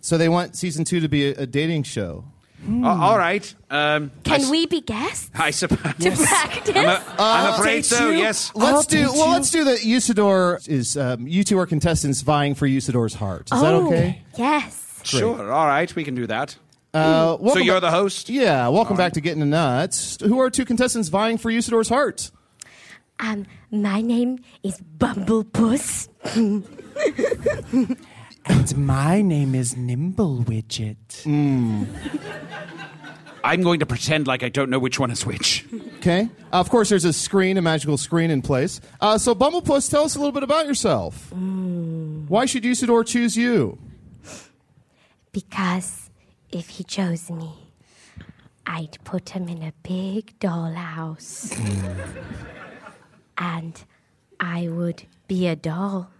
So they want season two to be a, a dating show. A- Mm. Uh, all right. Um, I Can s- we be guests? I suppose. To practice? I'm, a- I'm Oh, afraid so. Yes. Uh, Let's do well. Let's do the Usador is um, you two are contestants vying for Usador's heart. Is that okay? Yes. Sure. All right. We can do that. Uh, welcome so you're ba- the host. Yeah. Welcome back to Getting a Nuts. Who are two contestants vying for Usador's heart? Um, my name is Bumblepuss. And my name is Nimble Widget. I'm going to pretend like I don't know which one is which. Okay. Uh, of course, there's a screen, a magical screen in place. Uh, so, Bumblepuss, tell us a little bit about yourself. Why should Usador choose you? Because if he chose me, I'd put him in a big dollhouse. and I would be a doll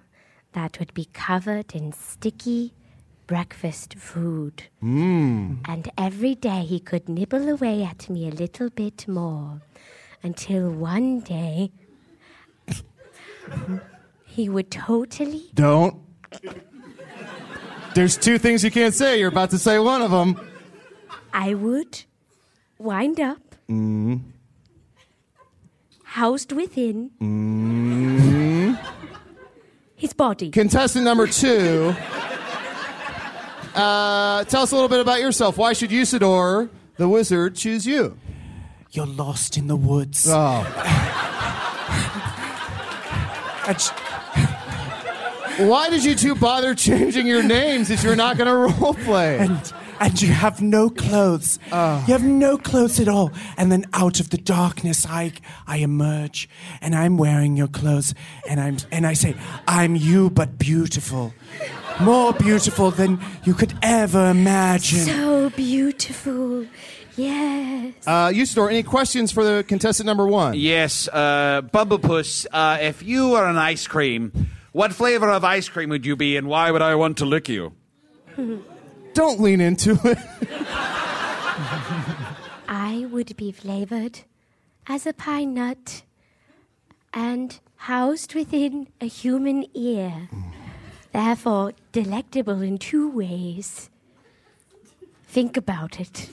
that would be covered in sticky breakfast food. Mmm. And every day he could nibble away at me a little bit more until one day he would totally Don't. There's two things you can't say. You're about to say one of them. I would wind up Mm. housed within Mm. his body. Contestant number two. Uh, tell us a little bit about yourself. Why should Usador, the wizard, choose you? You're lost in the woods. Oh. Why did you two bother changing your names if you're not going to roleplay? And, and you have no clothes. You have no clothes at all. And then out of the darkness, I, I emerge and I'm wearing your clothes. And, I'm, and I say, I'm you, but beautiful. More beautiful than you could ever imagine. So beautiful. Yes. Uh, Usador, any questions for the contestant number one? Yes, uh, Bumblepuss, uh, if you were an ice cream, what flavor of ice cream would you be and why would I want to lick you? Don't lean into it. I would be flavored as a pine nut and housed within a human ear. Therefore, delectable in two ways. Think about it.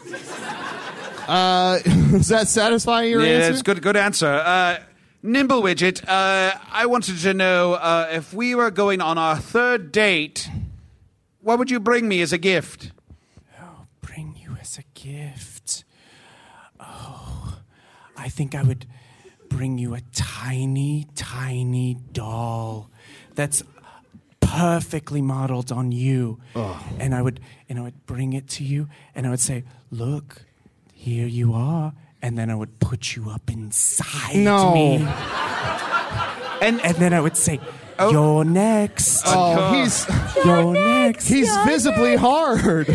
Uh, does that satisfy your yeah, answer? it's good, good answer. Uh, Nimble Widget, uh, I wanted to know uh, if we were going on our third date, what would you bring me as a gift? bring you as a gift. Oh, I think I would bring you a tiny, tiny doll that's perfectly modeled on you. Oh. And I would and I would bring it to you and I would say, "Look, here you are." And then I would put you up inside No. me. And and then I would say, "You're next." Oh, he's You're next. He's You're visibly hard.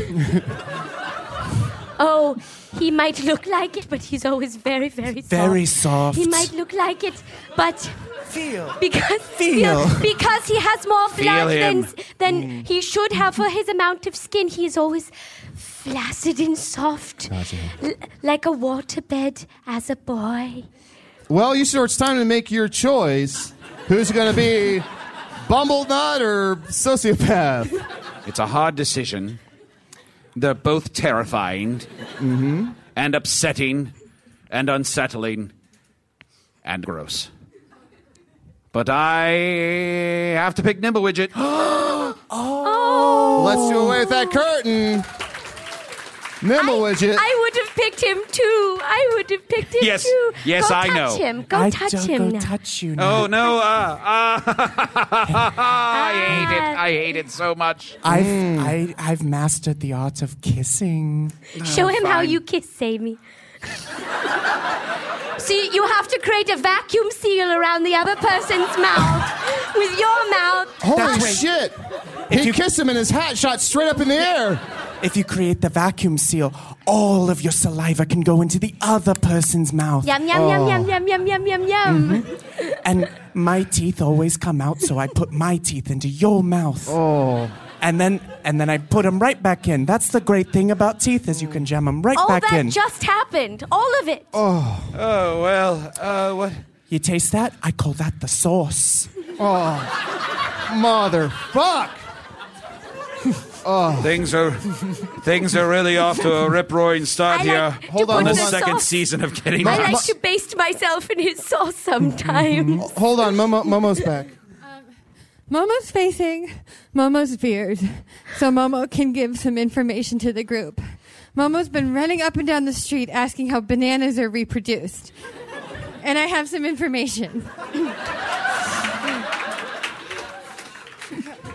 Oh, he might look like it, but he's always very, very soft. Very soft. He might look like it, but feel because Feel. because he has more Feel blood than him. than Mm. he should have for his amount of skin. He is always flaccid and soft, l- like a waterbed as a boy. well, Usador, it's time to make your choice. Who's going to be Bumble Nut or Sociopath? It's a hard decision. They're both terrifying and upsetting and unsettling and gross. But I have to pick Nimble Widget. Oh. Let's do away with that curtain. Nimble Widget. I would have picked him too. I would have picked him Yes. too. Yes, go I touch know. Him. Go I touch don't him go now. touch you Oh no! Uh, uh, I hate it. I hate it so much. I've, Mm. I, I've mastered the art of kissing. Show him how you kiss, Sammy. See, you have to create a vacuum seal around the other person's mouth with your mouth. Holy shit! He kissed him and his hat shot straight up in the air. If you create the vacuum seal, all of your saliva can go into the other person's mouth. Oh. Mm-hmm. Yum, yum, Oh. yum, yum, yum, yum, yum, yum, Mm-hmm. yum. And my teeth always come out, so I put my teeth into your mouth. Oh. And then and then I put them right back in. That's the great thing about teeth is you can jam them right All back Oh, that in. just happened. All of it. oh. Oh well. Uh, what? You taste that? I call that the sauce. Oh, motherfuck! Oh. Things are things are really off to a rip roaring start I here like to Hold on, the put the second sauce- season of I Getting Back. like to baste myself in his sauce sometimes. Hold on, Momo, Momo's back. Momo's facing Momo's beard, so Momo can give some information to the group. Momo's been running up and down the street asking how bananas are reproduced. And I have some information.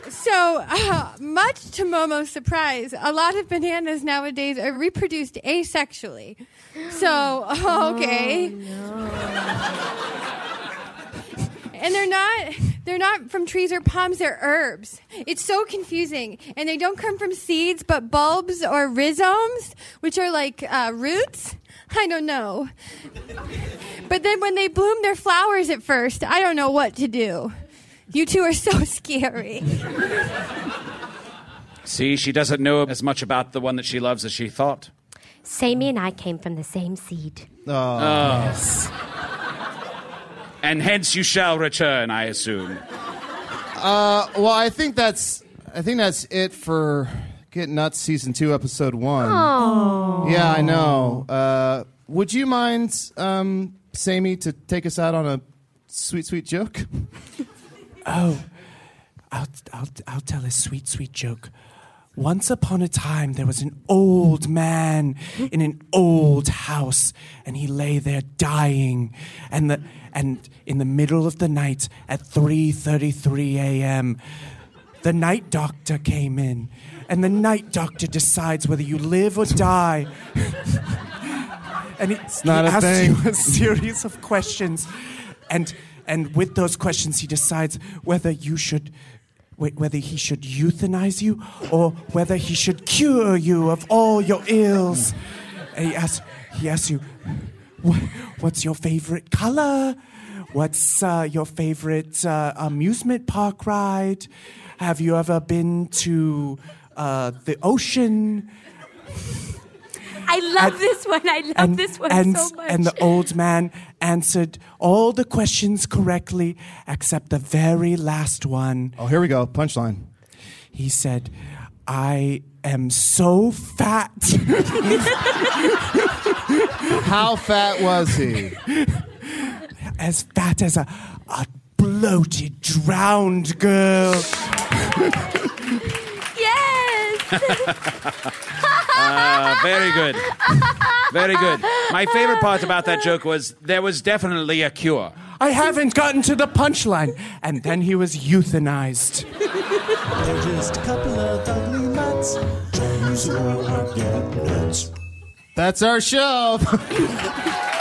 so, uh, much to Momo's surprise, a lot of bananas nowadays are reproduced asexually. So, okay. and they're not they're not from trees or palms they're herbs it's so confusing and they don't come from seeds but bulbs or rhizomes which are like uh, roots i don't know but then when they bloom they're flowers at first i don't know what to do you two are so scary See, she doesn't know as much about the one that she loves as she thought. Sammy and I came from the same seed. Oh. And hence you shall return, I assume. Uh, well, I think that's I think that's it for Get Nuts season two, episode Oh. one. Aw. Yeah, I know. Uh, would you mind, um, Sammy, to take us out on a sweet, sweet joke? Oh, I'll, I'll, I'll tell a sweet, sweet joke. Once upon a time, there was an old man in an old house, and he lay there dying. And the and in the middle of the night, at three thirty-three a.m., the night doctor came in, and the night doctor decides whether you live or die. and he, not he a asks thing. you a series of questions, and and with those questions, he decides whether you should. wh- Whether he should euthanize you or whether he should cure you of all your ills. And he asks, he asks you, "Wh- what's your favorite color? What's uh, your favorite uh, amusement park ride? Have you ever been to uh, the ocean? I love And- this one. I love this one and, so much. and the old man answered all the questions correctly except the very last one. Oh, here we go. Punchline. He said, I am so fat. How fat was he? As fat as a, a bloated, drowned girl. Ah, very good. Very good. My favorite part about that joke was there was definitely a cure. I haven't gotten to the punchline. And then he was euthanized. They're just a couple of ugly nuts. Journeys around get nuts. That's our show.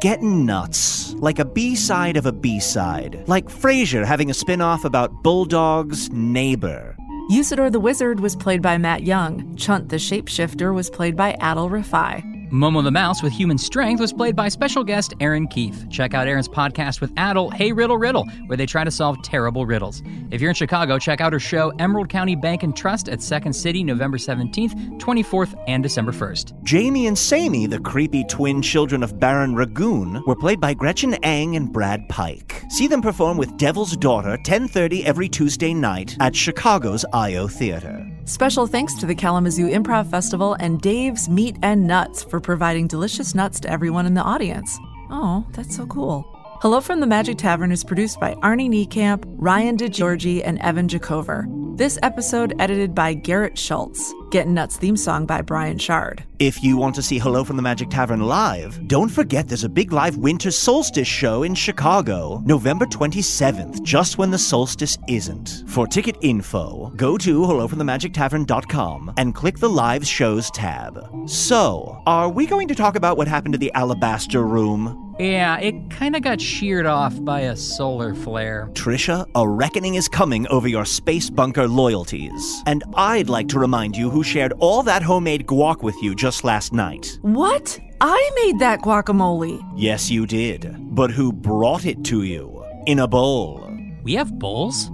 Getting nuts. Like a B side of a B side. Like Frasier having a spin off about Bulldog's neighbor. Usador the Wizard was played by Matt Young. Chunt the Shapeshifter was played by Adil Rafai. Momo the Mouse with Human Strength was played by special guest Aaron Keefe. Check out Aaron's podcast with Adel, Hey Riddle Riddle, where they try to solve terrible riddles. If you're in Chicago, check out her show Emerald County Bank and Trust at Second City, November 17th, 24th, and December 1st. Jamie and Sammy, the creepy twin children of Baron Ragoon, were played by Gretchen Ang and Brad Pike. See them perform with Devil's Daughter 10:30 every Tuesday night at Chicago's IO Theater. Special thanks to the Kalamazoo Improv Festival and Dave's Meat and Nuts for providing delicious nuts to everyone in the audience. Oh, that's so cool. Hello from the Magic Tavern is produced by Arnie Niekamp, Ryan DeGiorgi, and Evan Jacover. This episode edited by Garrett Schultz. Getting Nuts theme song by Brian Shard. If you want to see Hello from the Magic Tavern live, don't forget there's a big live winter solstice show in Chicago, November 27th, just when the solstice isn't. For ticket info, go to hellofromthemagictavern.com and click the live shows tab. So, are we going to talk about what happened to the Alabaster Room? Yeah, it kind of got sheared off by a solar flare. Trisha, a reckoning is coming over your space bunker loyalties. And I'd like to remind you who shared all that homemade guac with you just last night. What? I made that guacamole. Yes, you did. But who brought it to you? In a bowl. We have bowls?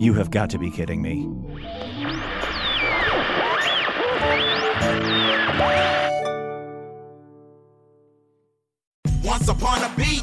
You have got to be kidding me. Once upon a beat.